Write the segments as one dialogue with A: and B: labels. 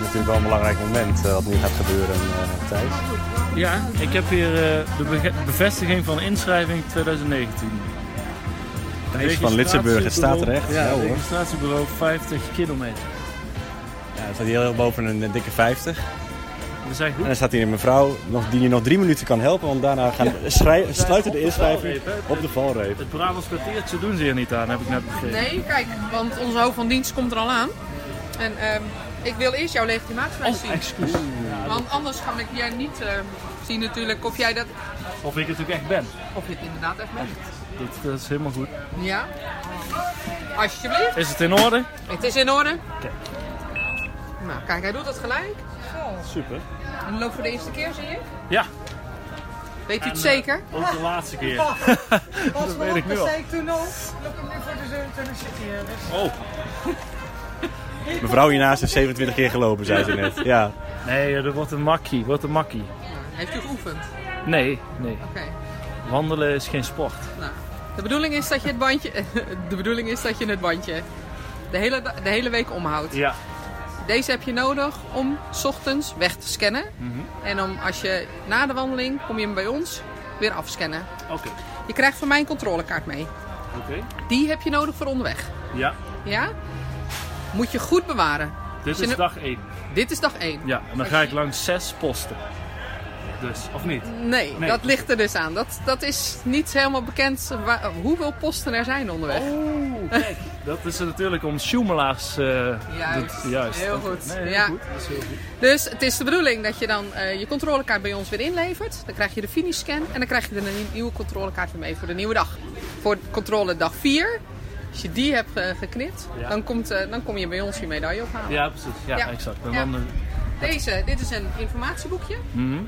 A: natuurlijk wel een belangrijk moment eh, wat nu gaat gebeuren, eh, Thijs.
B: Ja, ik heb hier eh, de bege- bevestiging van inschrijving 2019.
A: Thijs van Litsenburg, het staat er echt.
B: Ja,
A: Ja, hoor.
B: registratiebureau 50 kilometer.
A: Ja, dan staat hier heel boven een eh, dikke 50.
B: We zijn goed.
A: En dan staat hier een mevrouw nog, die je nog drie minuten kan helpen, want daarna gaan schrij- sluiten de
B: Op de
A: inschrijving
B: valreep, hè?
A: op de valreep.
B: Het Brabants kwartiertje doen ze hier niet aan, heb ik net begrepen.
C: Nee, kijk, want onze hoofd van dienst komt er al aan. En ehm, ik wil eerst jouw legitimatie
B: Oh,
C: zien.
B: excuus. Ja,
C: Want anders kan ik jij niet ehm, zien natuurlijk of jij dat...
B: Of ik het ook echt ben.
C: Of je het inderdaad echt bent.
B: Dat, dat is helemaal goed.
C: Ja. Alsjeblieft.
B: Is het in orde?
C: Het is in orde.
B: Kijk.
C: Nou, kijk, hij doet het gelijk.
B: Super.
C: En loopt voor de eerste keer, zie je.
B: Ja,
C: Weet u
B: En,
C: het
B: eh,
C: zeker?
B: ook de laatste keer.
D: Pas
B: weet
D: maar
B: ik
D: op,
B: nu
D: dat
B: al.
D: zei ik toen al. Loop hem nu voor de 27 zitten hier. Dus
B: Oh.
A: Mevrouw hiernaast heeft 27 keer gelopen, zei ze net. Ja.
B: Nee, eh, dat wordt een makkie. Wordt een makkie.
C: Heeft u geoefend?
B: Nee, nee.
C: Oké.
B: Wandelen is geen sport.
C: Nou, de bedoeling is dat je het bandje... De bedoeling is dat je het bandje de hele, da- de hele week omhoudt.
B: Ja.
C: Deze heb je nodig om 's ochtends weg te scannen. En om als je na de wandeling kom je hem bij ons weer afscannen.
B: Oké.
C: Je krijgt van mij een controlekaart mee.
B: Oké.
C: Die heb je nodig voor onderweg.
B: Ja.
C: Ja? Moet je goed bewaren.
B: Dit
C: Zin
B: is
C: er-
B: dag 1.
C: Dit is dag 1.
B: Ja, en dan ga ik langs zes posten. Dus, of niet?
C: Nee,
B: Nee.
C: dat ligt er dus aan. Dat, dat is niet helemaal bekend waar- hoeveel posten er zijn onderweg.
B: Oeh, kijk. Dat is natuurlijk om sjoemelaars... eh
C: Juist,
B: dat-
C: heel
B: Oké.
C: goed.
B: Nee, heel
C: Ja.
B: goed. Dat is heel goed.
C: Dus het is de bedoeling dat je dan eh, je controlekaart bij ons weer inlevert. Dan krijg je de finishscan en dan krijg je er een nieuwe controlekaart weer mee voor de nieuwe dag. Voor controle dag 4. Als je die hebt eh, geknipt,
B: Ja.
C: dan, komt, eh, dan kom je bij ons je medaille ophalen.
B: Ja, precies. Ja,
C: Ja.
B: exact. En
C: Ja.
B: dan, eh,
C: Deze, dit is een informatieboekje.
B: Mhm.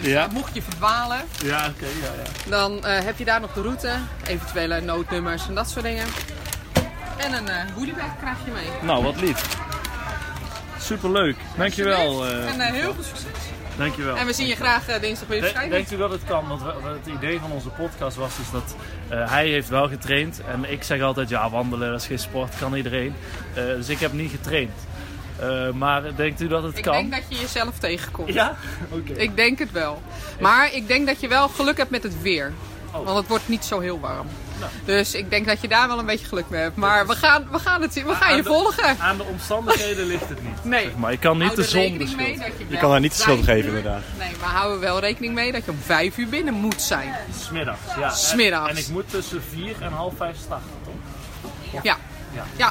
C: Dus
B: ja.
C: Mocht je verdwalen,
B: Ja, oké. ja, ja.
C: dan eh, heb je daar nog de route, eventuele noodnummers en dat soort dingen. En een eh goodiebag krijg je mee.
B: Nou, wat lief. Superleuk. Dankjewel. eh
C: en eh, heel veel succes.
B: dankjewel.
C: En we zien je graag eh, dinsdag weer
B: De-
C: verschijnen.
B: Denkt u dat het kan? Want we- het idee van onze podcast was dus dat eh, hij heeft wel getraind. En ik zeg altijd, ja, wandelen dat is geen sport, kan iedereen. Eh, dus ik heb niet getraind. Eh, maar denkt u dat het
C: Ik
B: kan?
C: denk dat je jezelf tegenkomt.
B: Ja? Oké.
C: Ik denk het wel. Maar ik denk dat je wel geluk hebt met het weer.
B: Oh. Nou.
C: Want het wordt niet zo heel warm. Dus ik denk dat je daar wel een beetje geluk mee hebt. Maar we gaan, we gaan het zien. We gaan je
B: aan de-
C: volgen.
B: Aan de omstandigheden ligt het niet.
C: Nee.
B: Zeg maar ik kan niet
C: Hou
B: de
C: er
B: zon
C: rekening mee
B: beschuldigen.
C: dat je
A: Je
C: wel
A: kan daar niet de schuld
C: vijf
A: geven,
C: uur-
A: inderdaad.
C: Nee, maar hou er wel rekening mee dat je om vijf uur binnen moet zijn.
B: Smiddags, ja. En-
C: Smiddags.
B: En, ik moet tussen 4 en half 5 starten, toch?
C: Ja.
B: Ja.
C: Ja.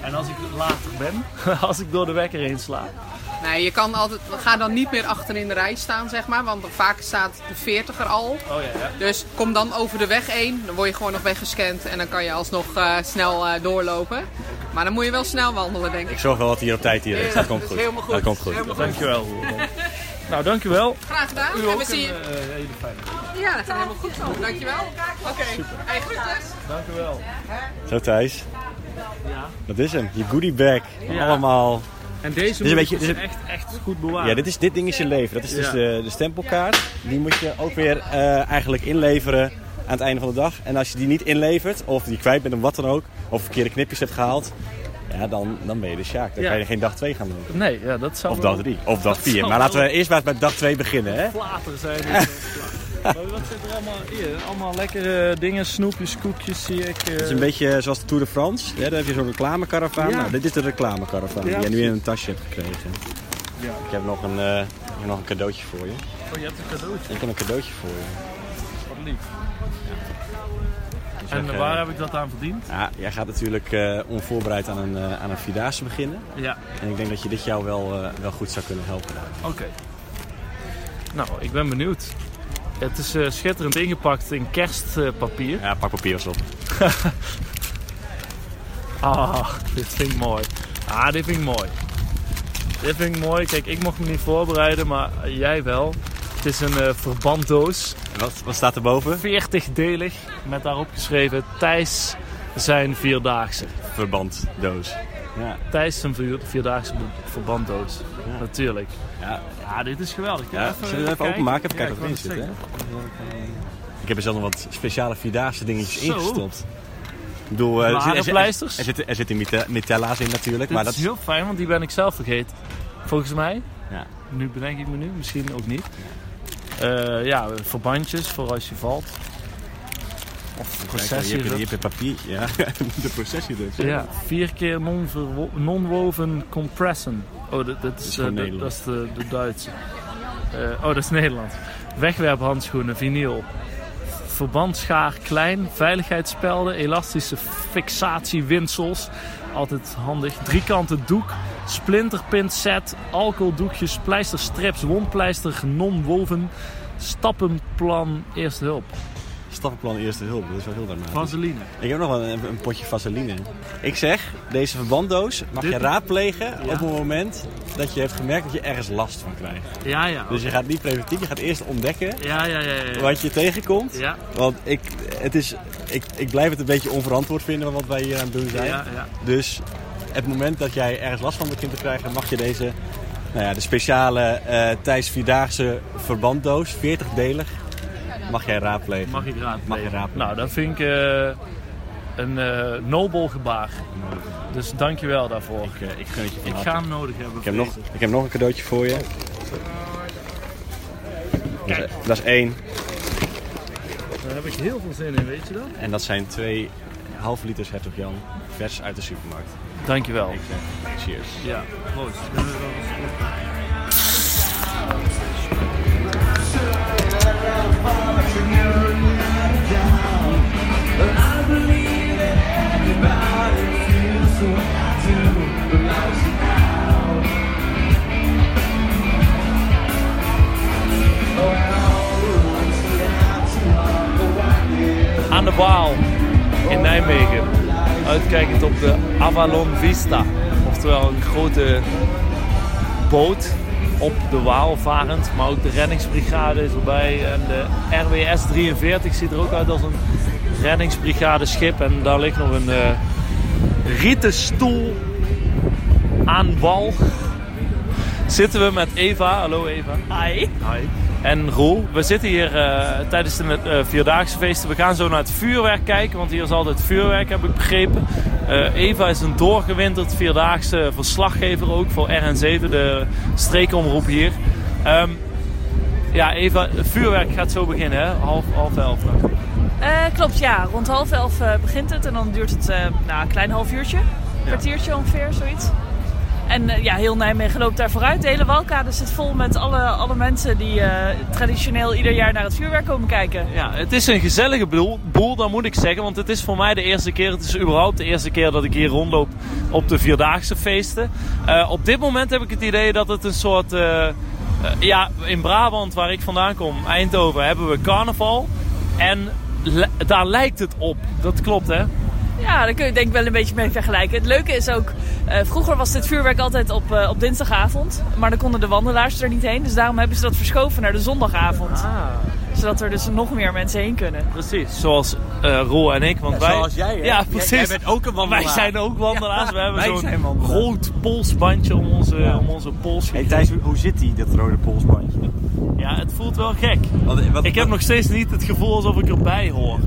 B: En als ik later ben, als ik door de wekker heen sla.
C: Nee, je kan altijd... Ga dan niet meer achter in de rij staan, zeg maar. Want vaak staat de veertiger al.
B: Oh ja, ja.
C: Dus kom dan over de weg heen. Dan word je gewoon nog weggescand. En dan kan je alsnog eh, snel eh, doorlopen. Maar dan moet je wel snel wandelen, denk ik.
A: Ik zorg wel dat hij hier op tijd hier is. Dat komt
C: is
A: goed.
C: helemaal goed.
A: Dat komt goed.
C: Helemaal
B: Dankjewel. nou, dankjewel.
C: Graag gedaan.
B: U
C: en
B: ook
C: we
B: een
C: zien je.
B: eh, hele fijne week.
C: Ja, dat gaat helemaal goed zo. Dankjewel. Oké, eigen groetjes.
B: Dankjewel.
A: Zo Thijs.
B: Ja.
A: Dat is hem. Je goodie bag.
B: Ja.
A: Allemaal.
B: En deze
A: Dus
B: moet
A: weet je,
B: je,
A: dit is-
B: echt, echt goed bewaren.
A: Ja, dit, is, dit ding is je leven. Dat is dus
B: Ja.
A: de, de stempelkaart. Die moet je ook weer eh, eigenlijk inleveren aan het einde van de dag. En als je die niet inlevert, of die kwijt bent om wat dan ook, of verkeerde knipjes hebt gehaald, ja, dan, dan ben je de Sjaak. Dan
B: Ja.
A: kan je geen dag 2 gaan doen.
B: Nee, ja, dat zou
A: Of
B: wel
A: dag 3, of dag
B: Dat
A: 4.
B: zou
A: Maar laten
B: wel-
A: we eerst maar eens bij dag 2 beginnen. Hè?
B: Plater zijn. dit, eh, maar wat zit er allemaal hier? Allemaal lekkere dingen, snoepjes, koekjes zie ik. eh.
A: Het is een beetje zoals de Tour de France. Ja, daar heb je zo'n reclamekaravaan.
B: Ja.
A: Nou, dit is de reclamekaravaan
B: Ja,
A: die jij nu
B: precies.
A: in een tasje hebt gekregen.
B: Ja.
A: Ik, heb nog een, eh, ik heb nog een cadeautje voor je.
B: Oh, je hebt een cadeautje.
A: Ik heb een cadeautje voor je.
B: Wat lief.
A: Dus
B: En
A: ik, eh,
B: waar heb ik dat aan verdiend?
A: ja, jij gaat natuurlijk eh, onvoorbereid aan een, eh, aan een vierdaagse beginnen.
B: Ja,
A: En ik denk dat je dit jou wel, eh, wel goed zou kunnen helpen.
B: oké. Nou, ik ben benieuwd. Het is eh, schitterend ingepakt in kerstpapier.
A: Ja, pak papier eens op.
B: Ah, dit vind ik mooi. Ah, dit vind ik mooi. Dit vind ik mooi. Kijk, ik mocht me niet voorbereiden, maar jij wel. Het is een eh, verbanddoos.
A: Wat, wat staat er boven?
B: 40-delig. Met daarop geschreven Thijs zijn vierdaagse.
A: Verbanddoos. Ja,
B: Thijs zijn vier- vierdaagse be- verbanddoos.
A: Ja.
B: Natuurlijk.
A: ja,
B: Ja, dit is geweldig.
A: ja. Zullen we het even
B: kijken?
A: openmaken? Even
B: Ja,
A: kijken wat
B: ik
A: erin
B: wou
A: zit.
B: net
A: Hè?
B: zeggen.
A: Ik heb er zelf nog wat speciale vierdaagse dingetjes
B: Zo.
A: ingestopt. Ik bedoel, eh, er, zit- er, zit- er,
B: Bladerenpleisters?
A: zit- er zitten mite- mitella's in natuurlijk,
B: Dit
A: maar
B: is
A: dat,
B: heel fijn, want die ben ik zelf vergeten. Volgens mij.
E: Ja.
B: Nu bedenk ik me nu, misschien ook niet. Eh, ja, verbandjes voor als je valt. Of
E: Kijk,
A: eh,
E: hier heb je-
B: processie.
E: hier heb je papier. Ja, de processie dus.
B: Ja, vier keer non-verwo- non-woven compressen. Oh, dat, dat, is,
E: gewoon
B: eh, dat, dat is de, de Duitse. Eh, oh, dat is Nederlands. Wegwerphandschoenen, vinyl. Verbandschaar klein, veiligheidsspelden, elastische fixatiewinsels. Altijd handig. Driekanten doek, splinterpinset, alcoholdoekjes, pleisterstrips, wondpleister, non-woven. Stappenplan, eerste hulp.
E: Stappenplan eerste hulp, dat is wel heel daarna.
B: Vaseline.
E: Ik heb nog wel een, een potje vaseline. Ik zeg, deze verbanddoos mag
B: Dit-
E: je raadplegen op
B: Ja.
E: het moment dat je hebt gemerkt dat je ergens last van krijgt.
B: Ja, ja.
E: Dus je gaat niet preventief, je gaat eerst ontdekken
B: Ja, ja, ja. ja, ja.
E: wat je tegenkomt.
B: ja.
E: Want ik, het is, ik, ik blijf het een beetje onverantwoord vinden wat wij hier aan het doen zijn.
B: Ja, ja.
E: Dus het moment dat jij ergens last van begint te krijgen, mag je deze, nou ja, de speciale eh Thijs Vierdaagse verbanddoos, 40-delig, mag jij raadplegen.
B: Mag ik raadplegen?
E: Mag je raadplegen.
B: Nou, dat vind ik eh, een eh nobel gebaar. Dus dankjewel daarvoor.
E: Ik, eh, ik gun het je van
B: Ik
E: harte.
B: ga hem nodig hebben.
E: Ik heb, nog, ik heb nog een cadeautje voor je. Dat is, dat is één.
B: Daar heb ik heel veel zin in, weet je dat?
E: En dat zijn twee halve liters Hertog Jan. Vers uit de supermarkt.
B: Dankjewel.
E: Ik zeg, cheers.
B: Ja, proost. Aan de Waal in Nijmegen. Uitkijkend op de Avalon Vista. Oftewel een grote boot op de Waal varend. Maar ook de reddingsbrigade is erbij. En de RWS 43 ziet er ook uit als een reddingsbrigade schip. En daar ligt nog een eh, rieten stoel aan wal. Zitten we met Eva. Hallo Eva.
F: Hi.
B: Hi. En Roel, we zitten hier eh, tijdens de eh, Vierdaagse feesten. We gaan zo naar het vuurwerk kijken, want hier is altijd vuurwerk, heb ik begrepen. Eh, Eva is een doorgewinterd Vierdaagse verslaggever ook voor RN7, de streekomroep hier. Ehm, ja, Eva, het vuurwerk gaat zo beginnen, hè? Half, half elf nog.
F: Eh, klopt, ja. Rond half elf eh, begint het en dan duurt het eh, nou, een klein half uurtje. Een kwartiertje ongeveer, zoiets. En eh, ja, heel Nijmegen loopt daar vooruit. De hele Walkade zit vol met alle, alle mensen die eh, traditioneel ieder jaar naar het vuurwerk komen kijken.
B: Ja, het is een gezellige boel, boel, dat moet ik zeggen. Want het is voor mij de eerste keer, het is überhaupt de eerste keer dat ik hier rondloop op de Vierdaagse feesten. Eh, op dit moment heb ik het idee dat het een soort... eh, eh, ja, in Brabant, waar ik vandaan kom, Eindhoven, hebben we carnaval. En li- daar lijkt het op. Dat klopt, hè?
F: Ja, daar kun je denk ik wel een beetje mee vergelijken. Het leuke is ook, eh, vroeger was dit vuurwerk altijd op, eh, op dinsdagavond. Maar dan konden de wandelaars er niet heen. Dus daarom hebben ze dat verschoven naar de zondagavond. Zodat er dus nog meer mensen heen kunnen.
B: Precies, zoals eh Roel en ik. Want wij,
A: zoals jij, hè?
B: Ja,
A: Jij-
B: precies.
A: jij bent ook een wandelaar.
B: Wij zijn ook wandelaars. we hebben
A: wij zijn
B: zo'n
A: wandelaars.
B: rood polsbandje om onze,
A: Ja.
B: om onze pols.
A: Hey Thijs, hoe- hoe zit die, dat rode polsbandje?
B: Ja, het voelt wel gek.
A: Wat, wat-
B: Ik heb nog steeds niet het gevoel alsof ik erbij hoor.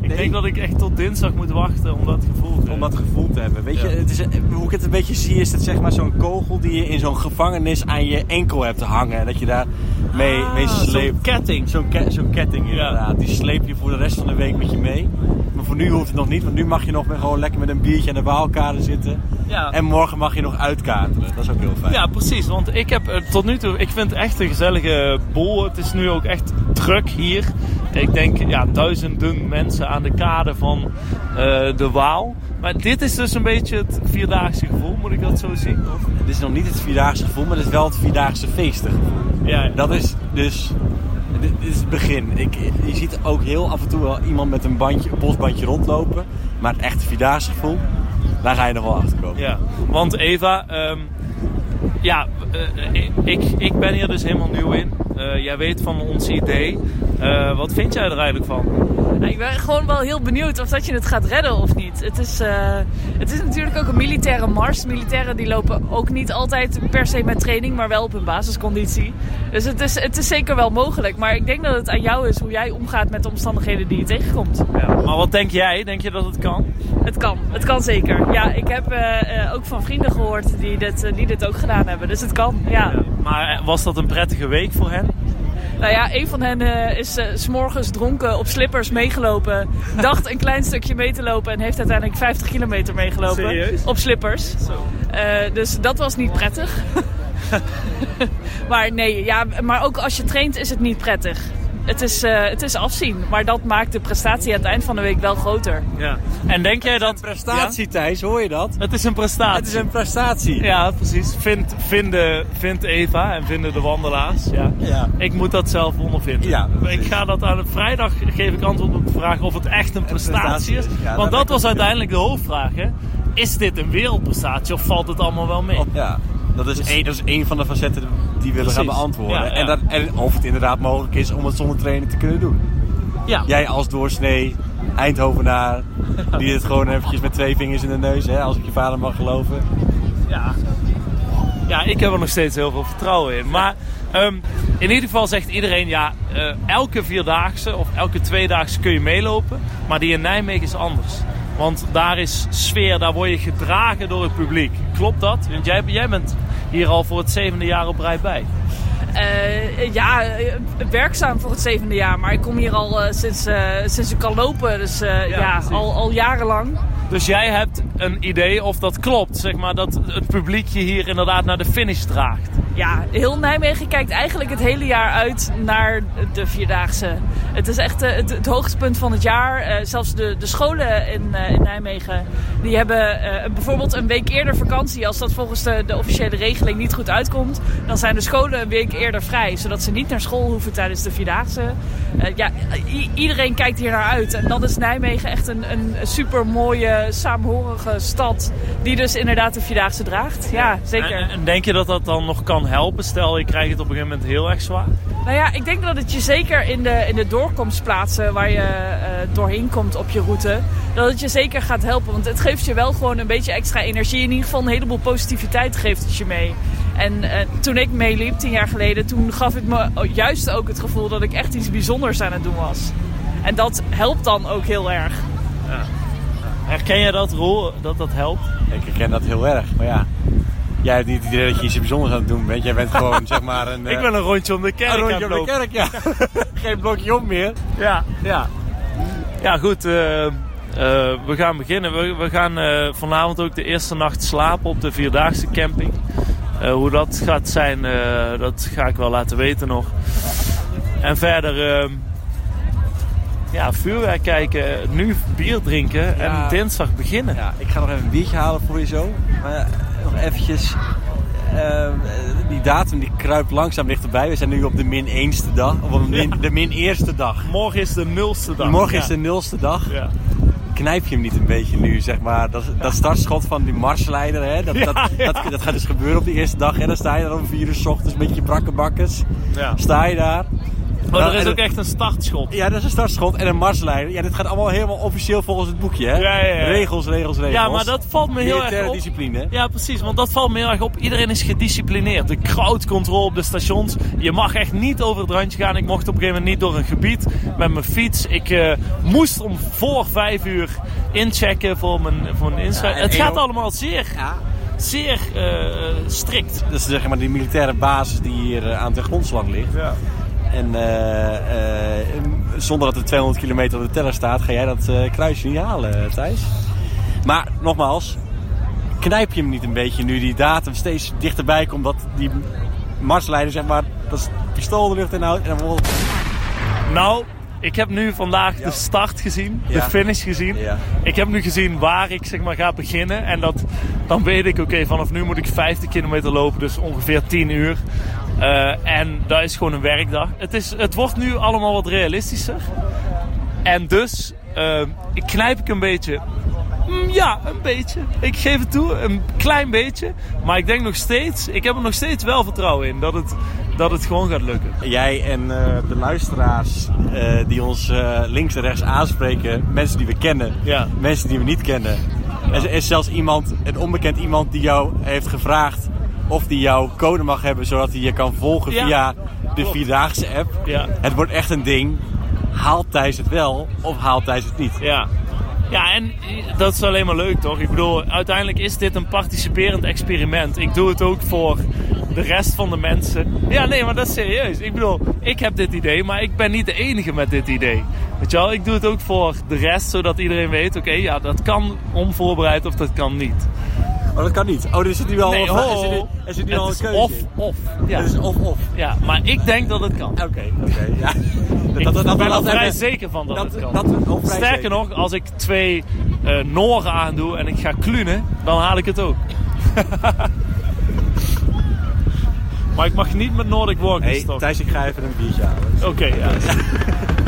B: Ik
A: Nee.
B: denk dat ik echt tot dinsdag moet wachten om dat gevoel te
A: Om dat gevoel te hebben. Weet je,
B: Ja.
A: het is, hoe ik het een beetje zie is dat zeg maar zo'n kogel die je in zo'n gevangenis aan je enkel hebt hangen. En Dat je daar mee, mee sleept.
B: Ah, Zo'n ketting.
A: Zo'n ke- zo'n ketting inderdaad. Die sleep je voor de rest van de week met je mee. Maar voor nu hoeft het nog niet, want nu mag je nog met, gewoon lekker met een biertje aan de waalkade zitten.
B: Ja.
A: En morgen mag je nog uitkateren. Dat is ook heel fijn.
B: Ja, precies. Want ik heb eh, tot nu toe... Ik vind het echt een gezellige boel. Het is nu ook echt druk hier. Ik denk ja, duizenden mensen aan de kade van eh, de Waal. Maar dit is dus een beetje het vierdaagse gevoel, moet ik dat zo zien? Of?
A: Het is nog niet het vierdaagse gevoel, maar het is wel het vierdaagse feesten
B: Ja,
A: Dat is dus. Dit dit is het begin. Ik, je ziet ook heel af en toe wel iemand met een, bandje, een polsbandje rondlopen. Maar het echte vierdaagse gevoel, daar ga je nog wel achter komen.
B: Ja, want Eva, ehm, Eh, ja, eh, ik, ik ben hier dus helemaal nieuw in. Eh, jij weet van ons idee. Eh, wat vind jij er eigenlijk van?
F: Nou, ik ben gewoon wel heel benieuwd of dat je het gaat redden of niet. Het is, eh, het is natuurlijk ook een militaire mars. Militairen die lopen ook niet altijd per se met training, maar wel op hun basisconditie. Dus het is, het is zeker wel mogelijk. Maar ik denk dat het aan jou is hoe jij omgaat met de omstandigheden die je tegenkomt.
B: Ja, maar wat denk jij? Denk je dat het kan?
F: Het kan, het kan zeker. Ja, ik heb eh, eh, ook van vrienden gehoord die dit, eh, die dit ook gedaan hebben. Dus het kan, ja.
B: Ja. Maar eh, was dat een prettige week voor hen?
F: Nou ja, een van hen eh, is eh, 's s'morgens dronken op slippers meegelopen. Dacht een klein stukje mee te lopen en heeft uiteindelijk 50 kilometer meegelopen.
B: Serieus?
F: Op slippers. Eh, dus dat was niet prettig. maar nee, ja, maar ook als je traint is het niet prettig. Het is, eh, het is afzien, maar dat maakt de prestatie aan het eind van de week wel groter.
B: Ja. En denk jij dat...
A: Prestatie, Thijs, hoor je dat?
B: Ja? Het is een prestatie.
A: Het is een prestatie.
B: Ja, precies. Vind, vinden, vindt Eva en vinden de wandelaars. Ja.
A: Ja.
B: Ik moet dat zelf ondervinden.
A: Ja,
B: ik
A: precies.
B: ga dat aan vrijdag geef ik antwoord op de vraag of het echt een prestatie
A: prestatie
B: is.
A: is. Ja, dat
B: Want dat
A: lijkt
B: was
A: me
B: uiteindelijk de hoofdvraag. Hè? Is dit een wereldprestatie of valt het allemaal wel mee?
A: Ja, dat is, één, dat is één van de facetten die we willen gaan
B: Dus- Precies.
A: beantwoorden.
B: Ja, ja.
A: En, dat, en of het inderdaad mogelijk is om het zonder trainen te kunnen doen.
B: Ja.
A: Jij als doorsnee Eindhovenaar, die het gewoon eventjes met twee vingers in de neus, hè, als ik je vader mag geloven.
B: Ja. ja, ik heb er nog steeds heel veel vertrouwen in. Maar ehm, in ieder geval zegt iedereen, ja, eh, elke vierdaagse of elke tweedaagse kun je meelopen. Maar die in Nijmegen is anders. Want daar is sfeer, daar word je gedragen door het publiek. Klopt dat? Want jij, jij bent hier al voor het zevende jaar op rij bij.
F: Eh, ja, eh, werkzaam voor het zevende jaar, maar ik kom hier al eh, sinds, eh, sinds ik kan lopen. Dus eh,
B: Ja,
F: ja
B: precies.
F: al, al jarenlang.
B: Dus jij hebt een idee of dat klopt, zeg maar, dat het publiek je hier inderdaad naar de finish draagt.
F: Ja, heel Nijmegen kijkt eigenlijk het hele jaar uit naar de Vierdaagse. Het is echt eh, het, het hoogtepunt van het jaar. Eh, zelfs de, de scholen in, eh, in Nijmegen die hebben eh, bijvoorbeeld een week eerder vakantie. Als dat volgens de, de officiële regeling niet goed uitkomt, dan zijn de scholen een week eerder vrij. Zodat ze niet naar school hoeven tijdens de Vierdaagse. Eh, ja, i- iedereen kijkt hier naar uit. En dan is Nijmegen echt een, een super mooie, saamhorige stad. Die dus inderdaad de Vierdaagse draagt. Ja, zeker.
B: En, en denk je dat dat dan nog kan helpen? Stel, je krijgt het op een gegeven moment heel erg zwaar.
F: Nou ja, ik denk dat het je zeker in de, in de doorkomstplaatsen waar je eh, doorheen komt op je route, dat het je zeker gaat helpen. Want het geeft je wel gewoon een beetje extra energie. In ieder geval een heleboel positiviteit geeft het je mee. En eh, toen ik meeliep, tien jaar geleden, toen gaf ik me juist ook het gevoel dat ik echt iets bijzonders aan het doen was. En dat helpt dan ook heel erg.
B: Herken jij dat, Roel, dat dat helpt?
A: Ik herken dat heel erg, maar ja. Jij hebt niet het idee dat je iets bijzonders aan het doen bent. Jij bent gewoon, zeg maar, een... eh,
B: Ik ben een rondje om de kerk
A: een
B: aan
A: rondje
B: het
A: om de
B: lopen.
A: kerk, ja. Geen blokje om meer.
B: Ja,
A: Ja.
B: ja goed. eh, eh, we gaan beginnen. We, we gaan eh, vanavond ook de eerste nacht slapen op de Vierdaagse camping. Eh, hoe dat gaat zijn, eh, dat ga ik wel laten weten nog. En verder... eh, ja, vuurwerk kijken, nu bier drinken
A: Ja.
B: en dinsdag beginnen.
A: Ja, ik ga nog even een biertje halen voor je zo. Maar eh, nog eventjes... ehm, die datum die kruipt langzaam dichterbij. We zijn nu op de min 1ste dag. Of op de min, de min eerste dag.
B: Morgen is de nulste dag.
A: Morgen
B: Ja.
A: is de nulste dag.
B: Ja.
A: Knijp je hem niet een beetje nu, zeg maar. Dat, dat startschot van die marsleider, hè. Dat, dat, Dat, dat gaat dus gebeuren op die eerste dag. En dan sta je daar om vier uur 's ochtends met je brakkenbakkers.
B: Ja.
A: Sta je daar.
B: Maar
A: Nou,
B: Oh, er is
A: en-
B: ook echt een startschot.
A: Ja, dat is een startschot en een marsleider. Ja, dit gaat allemaal helemaal officieel volgens het boekje, hè?
B: Ja, ja, ja.
A: Regels, regels, regels.
B: Ja, maar dat valt me heel erg
A: Militaire
B: op.
A: discipline, hè?
B: Ja, precies. Want dat valt me heel erg op. Iedereen is gedisciplineerd. De crowdcontrol op de stations. Je mag echt niet over het randje gaan. Ik mocht op een gegeven moment niet door een gebied met mijn fiets. Ik eh, moest om voor vijf uur inchecken voor mijn, voor mijn inschrijving.
A: en
B: het
A: één
B: gaat
A: ook-
B: allemaal zeer, zeer eh, strikt.
A: Dat is zeg maar die militaire basis die hier eh, aan de grondslag ligt.
B: Ja.
A: En eh, eh, zonder dat er 200 kilometer op de teller staat, ga jij dat eh, kruisje niet halen, eh, Thijs. Maar nogmaals, knijp je hem niet een beetje nu die datum steeds dichterbij komt dat die marsleider, zeg maar, dat pistool de lucht in houdt en dan wordt-
B: Nou, ik heb nu vandaag de start gezien, de
A: Ja.
B: finish gezien.
A: Ja.
B: Ik heb nu gezien waar ik zeg maar ga beginnen. En dat, dan weet ik, oké, vanaf nu moet ik 50 kilometer lopen, dus ongeveer 10 uur. Eh, en dat is gewoon een werkdag. Het, is, het wordt nu allemaal wat realistischer. En dus eh, ik knijp ik een beetje. Mm, Ja, een beetje. Ik geef het toe, een klein beetje. Maar ik denk nog steeds, ik heb er nog steeds wel vertrouwen in dat het dat het gewoon gaat lukken.
A: Jij en eh, de luisteraars eh, die ons eh, links en rechts aanspreken, mensen die we kennen,
B: Ja.
A: mensen die we niet kennen. Er is zelfs iemand, een onbekend iemand, die jou heeft gevraagd of die jouw code mag hebben, zodat hij je kan volgen
B: Ja.
A: via de Vierdaagse app.
B: Ja.
A: Het wordt echt een ding. Haalt Thijs het wel of haalt Thijs het niet?
B: Ja. Ja, en dat is alleen maar leuk, toch? Ik bedoel, uiteindelijk is dit een participerend experiment. Ik doe het ook voor de rest van de mensen. Ja, nee, maar dat is serieus. Ik bedoel, ik heb dit idee, maar ik ben niet de enige met dit idee. Weet je wel, ik doe het ook voor de rest, zodat iedereen weet... oké, ja, dat kan onvoorbereid of dat kan niet.
A: Oh, dat kan niet. Oh, er zit nu al, een-
B: Nee,
A: er zit nu-
B: ho,
A: er zit nu
B: het
A: al een
B: is
A: keuze
B: of,
A: in.
B: of. Ja.
A: Het is of-of.
B: ja, maar ik denk dat het kan.
A: Oké, oké. ja.
B: Ik
A: dat- dat-
B: ben
A: dat-
B: er vrij
A: dat-
B: zeker van dat,
A: dat-
B: het kan.
A: dat- oh, vrij
B: Sterker
A: zeker.
B: nog, als ik twee eh noren aandoe en ik ga klunen, dan haal ik het ook. maar ik mag niet met Nordic Walkers,
A: Hey,
B: toch?
A: Thijs, ik ga even een biertje halen.
B: Oké, ja.